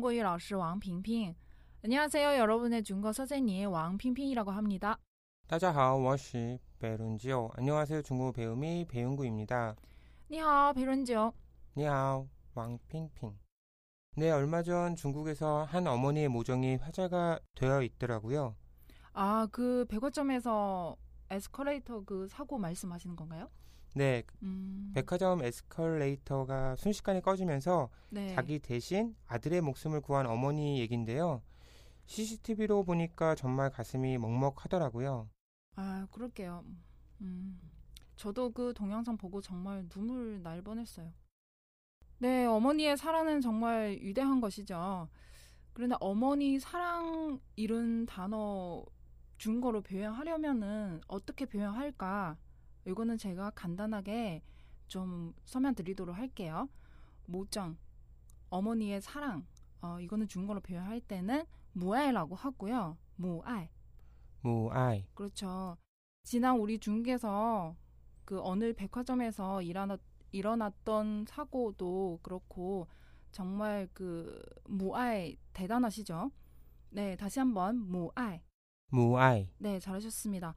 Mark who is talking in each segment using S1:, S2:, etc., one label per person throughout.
S1: 따지하我是大家的中国语老师王平平 안녕하세요 여러분의 중국어 선생님 왕핑핑이라고 합니다.
S2: 大家好，我是 배룬지오. 안녕하세요. 중국어 배움이 배윤구입니다.
S1: 你好 배런지오
S2: 니하오, 왕핑핑. 네, 얼마 전 중국에서 한 어머니의 모정이 화제가 되어 있더라고요.
S1: 아그 백화점에서 에스컬레이터 그 사고 말씀하시는 건가요?
S2: 네,
S1: 음,
S2: 백화점 에스컬레이터가 순식간에 꺼지면서
S1: 네.
S2: 자기 대신 아들의 목숨을 구한 어머니 얘긴데요. CCTV로 보니까 정말 가슴이 먹먹하더라고요.
S1: 아 그럴게요. 음, 저도 그 동영상 보고 정말 눈물 날 뻔했어요. 네, 어머니의 사랑은 정말 위대한 것이죠. 그런데 어머니 사랑 이런 단어 중거로 표현하려면은 어떻게 표현할까? 이거는 제가 간단하게 좀 설명 드리도록 할게요. 모정, 어머니의 사랑, 어, 이거는 중거로 표현할 때는 무아이라고 하고요. 무아이.
S2: 무아이.
S1: 그렇죠. 지난 우리 중국에서 그 어느 백화점에서 일어났, 일어났던 사고도 그렇고 정말 그 무아이 대단하시죠? 네, 다시 한번 무아이.
S2: 무아이.
S1: 네, 잘하셨습니다.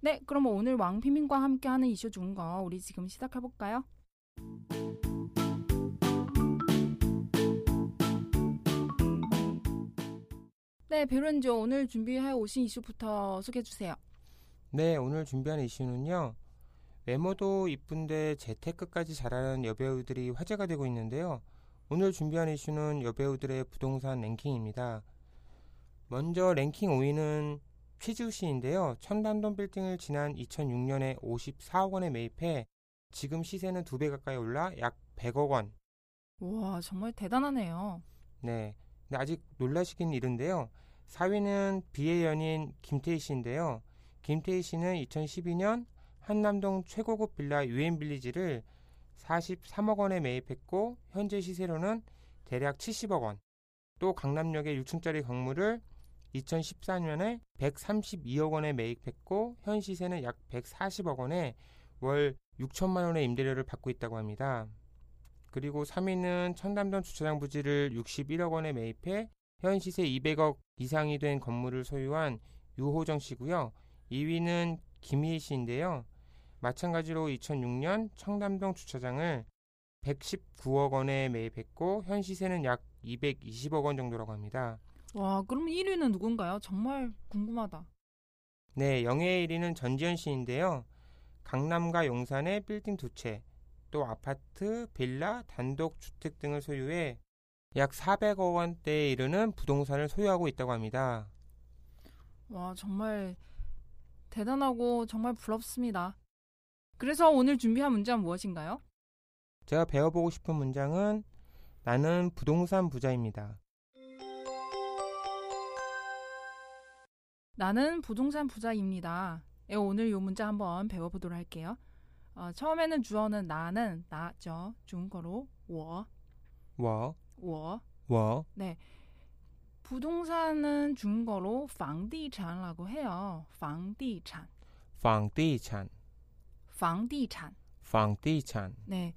S1: 네, 그럼 오늘 왕피민과 함께하는 이슈 중거 우리 지금 시작해 볼까요? 네, 베론조 오늘 준비해 오신 이슈부터 소개해 주세요.
S2: 네, 오늘 준비한 이슈는요. 외모도 이쁜데 재테크까지 잘하는 여배우들이 화제가 되고 있는데요. 오늘 준비한 이슈는 여배우들의 부동산 랭킹입니다. 먼저 랭킹 5위는 최지우씨인데요. 천단돈 빌딩을 지난 2006년에 54억 원에 매입해 지금 시세는 두 배 가까이 올라 약 100억 원.
S1: 와, 정말 대단하네요.
S2: 네. 근데 아직 놀라시긴 이른데요. 4위는 비의 연인 김태희 씨인데요. 김태희 씨는 2012년 한남동 최고급 빌라 유엔 빌리지를 43억 원에 매입했고 현재 시세로는 대략 70억 원. 또 강남역의 6층짜리 건물을 2014년에 132억 원에 매입했고 현 시세는 약 140억 원에 월 6천만 원의 임대료를 받고 있다고 합니다. 그리고 3위는 천담동 주차장 부지를 61억 원에 매입해 현 시세 200억 이상이 된 건물을 소유한 유호정 씨고요. 2위는 김희희 씨인데요. 마찬가지로 2006년 청담동 주차장을 119억 원에 매입했고 현 시세는 약 220억 원 정도라고 합니다.
S1: 와, 그럼 1위는 누군가요? 정말 궁금하다.
S2: 네, 영예의 1위는 전지현 씨인데요. 강남과 용산에 빌딩 두 채, 또 아파트, 빌라, 단독 주택 등을 소유해 약 400억 원대에 이르는 부동산을 소유하고 있다고 합니다.
S1: 와, 정말 대단하고 정말 부럽습니다. 그래서 오늘 준비한 문제는 무엇인가요?
S2: 제가 배워보고 싶은 문장은 나는 부동산 부자입니다.
S1: 나는 부동산 부자입니다. 예, 오늘 이 문제 한번 배워보도록 할게요. 어, 처음에는 주어는 나는 나죠. 중국어로 我,
S2: 워,
S1: 我.
S2: 워,
S1: 부동산은 중국어로 房地产라고 해요. 房地产,
S2: 방디찬,
S1: 房地产.
S2: 방디찬,
S1: 네.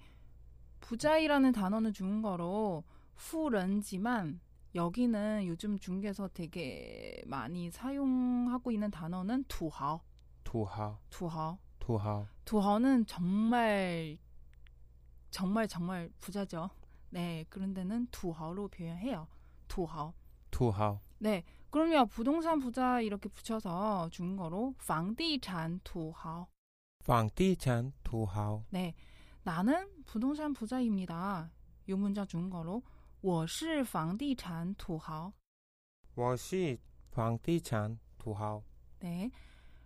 S1: 부자이라는 단어는 중국어로 후런지만 여기는 요즘 중국에서 되게 많이 사용하고 있는 단어는 두하오.
S2: 두하,
S1: 두하오.
S2: 두하,
S1: 두하오는 정말 정말 정말 부자죠. 네. 그런데는 두하오로 표현해요. 두하오.
S2: 두하,
S1: 네. 그럼요. 부동산 부자 이렇게 붙여서 중국어로 방디찬 두하오.
S2: 방디찬, 두하,
S1: 네, 나는 부동산 부자입니다. 이 문장 중거로 我是房地产土豪.
S2: 워시 방디찬, 두하,
S1: 네,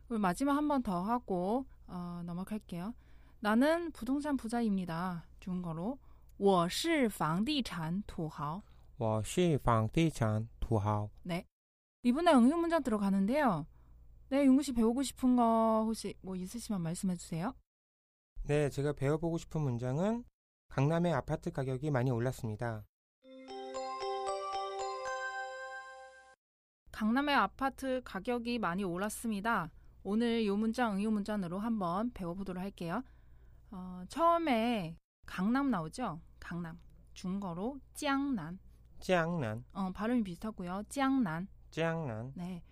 S1: 그럼 마지막 한 번 더 하고 어, 넘어갈게요. 나는 부동산 부자입니다. 중거로 我是房地产土豪.
S2: 워시 방디찬, 도하오.
S1: 네, 이분의 응용 문장 들어가는데요. 네, 윤구 씨 배우고 싶은 거 혹시 뭐 있으시면 말씀해 주세요.
S2: 네, 제가 배워보고 싶은 문장은 강남의 아파트 가격이 많이 올랐습니다.
S1: 강남의 아파트 가격이 많이 올랐습니다. 오늘 이 문장 응용 문장으로 한번 배워보도록 할게요. 어, 처음에 강남 나오죠? 강남. 중거로 짱난.
S2: 짱난,
S1: 어, 발음이 비슷하고요. 짱난.
S2: 짱난,
S1: 네.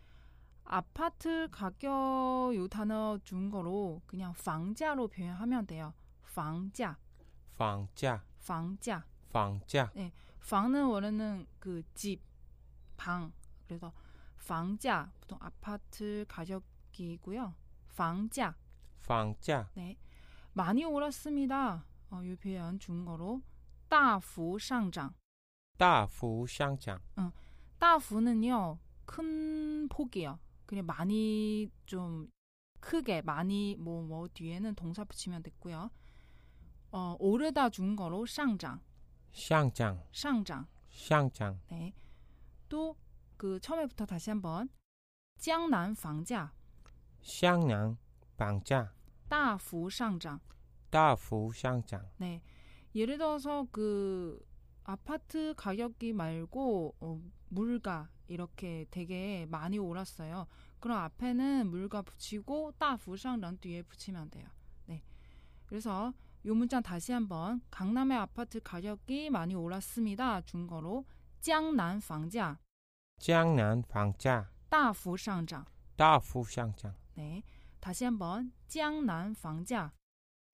S1: 아파트 가격 요 단어 중거로 그냥 방자로 표현하면 돼요. 방자.
S2: 방자,
S1: 방자.
S2: 방자,
S1: 방은 원래는 그 집, 방. 그래서 방자 보통 아파트 가격이고요. 방자.
S2: 방자,
S1: 네. 많이 올랐습니다. 어, 이 표현 중거로 따후 상장.
S2: 다푸 샹장,
S1: 따후는요. 큰 폭이요. 그냥 많이 좀 크게 많이 뭐 뭐 뒤에는 동사 붙이면 됐고요. 어, 오르다 중거로 상장.
S2: 샹장,
S1: 상장.
S2: 샹장,
S1: 네. 또 그 처음에부터 다시 한번江南房价
S2: 샹난, 방자,
S1: 大幅上涨.
S2: 다푸 샹장,
S1: 네. 예를 들어서 그 아파트 가격이 말고 어, 물가 이렇게 되게 많이 올랐어요. 그럼 앞에는 물가 붙이고 따부상랑 뒤에 붙이면 돼요. 네. 그래서 요 문장 다시 한번 강남의 아파트 가격이 많이 올랐습니다. 중거로江南房价
S2: 짱난, 방자,
S1: 大幅上涨.
S2: 다푸 샹장,
S1: 네. 다시 한번江南房价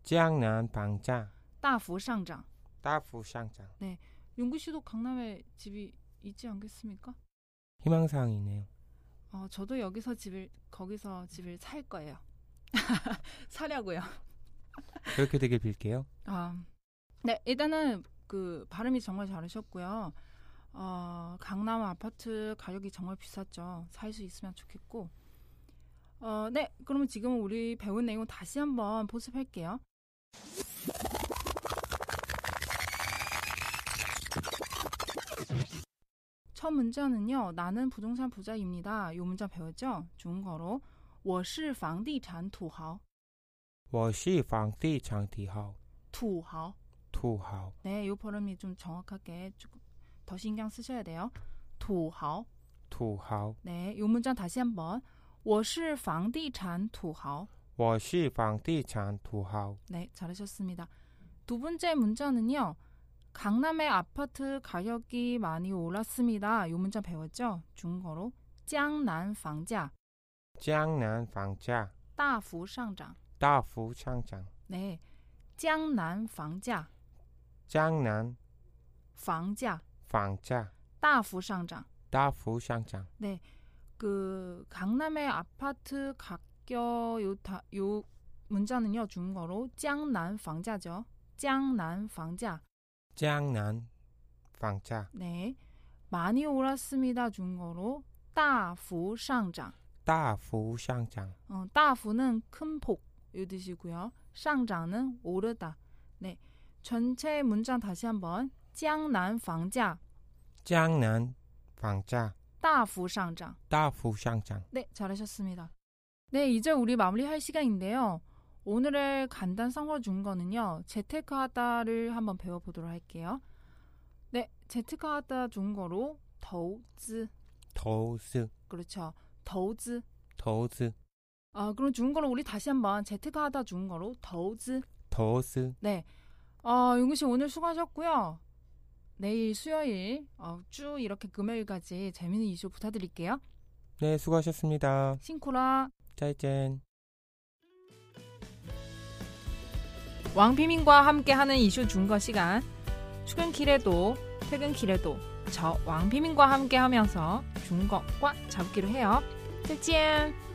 S2: 짱난, 방자,
S1: 大幅上涨.
S2: 다푸 샹장.
S1: 윤구 씨도 강남에 집이 있지 않겠습니까?
S2: 희망사항이네요.
S1: 어, 저도 여기서 집을 거기서 집을 살 거예요. 사려고요.
S2: 그렇게 되길 빌게요.
S1: 아, 네 일단은 그 발음이 정말 잘하셨고요. 어, 강남 아파트 가격이 정말 비쌌죠. 살 수 있으면 좋겠고. 어, 네 그러면 지금 우리 배운 내용 다시 한번 보습할게요. 첫 문자는요. 나는 부동산 부자입니다. 요 문자 배웠죠? 중국어로 我是房地产土豪.
S2: 我是房地产土豪，
S1: 土豪.
S2: 土豪，
S1: 네, 요 발음이 좀 정확하게 조금 더 신경 쓰셔야 돼요. 도하오.
S2: 土豪，
S1: 네, 요 문장 다시 한번. 我是房地产土豪.
S2: 我是房地产土豪。
S1: 네, 잘하셨습니다. 두 번째 문자는요. 강남의 아파트 가격이 많이 올랐습니다. 요 문자 배웠죠? 중국어로江南房价
S2: 江南房价
S1: 大幅上涨.
S2: 大幅上涨，
S1: 네. 江南房价,
S2: 江南
S1: 房价
S2: 房价
S1: 大幅上涨.
S2: 大幅上涨。
S1: 네. 그 강남의 아파트 가격 요다 요 문자는요 중국어로江南 房价죠. 江南房价.
S2: 江南房价
S1: 네. 많이 올랐습니다. 중국어로 大幅上涨.
S2: 大幅上涨，
S1: 어, 大幅는 큰 폭. 요 뜻이고요. 上涨는 오르다. 네. 전체 문장 다시 한번. 江南房价
S2: 江南房价
S1: 大幅上涨.
S2: 大幅上涨。
S1: 네, 잘하셨습니다. 네, 이제 우리 마무리할 시간인데요. 오늘의 간단 성어 중거는요. 재테크하다를 한번 배워보도록 할게요. 네, 재테크하다 중거로 더우즈
S2: 投资，
S1: 그렇죠. 더우즈
S2: 投资，
S1: 아, 그럼 중거로 우리 다시 한번 재테크하다 중거로 더우즈
S2: 投资。
S1: 네, 어, 용구 씨 오늘 수고하셨고요. 내일 수요일 어, 쭉 이렇게 금요일까지 재미있는 이슈 부탁드릴게요.
S2: 네, 수고하셨습니다.
S1: 싱코라.
S2: 짜이젠.
S1: 왕피민과 함께하는 이슈 중거 시간 출근길에도 퇴근길에도 저 왕피민과 함께하면서 중거과 잡기로 해요. 再见。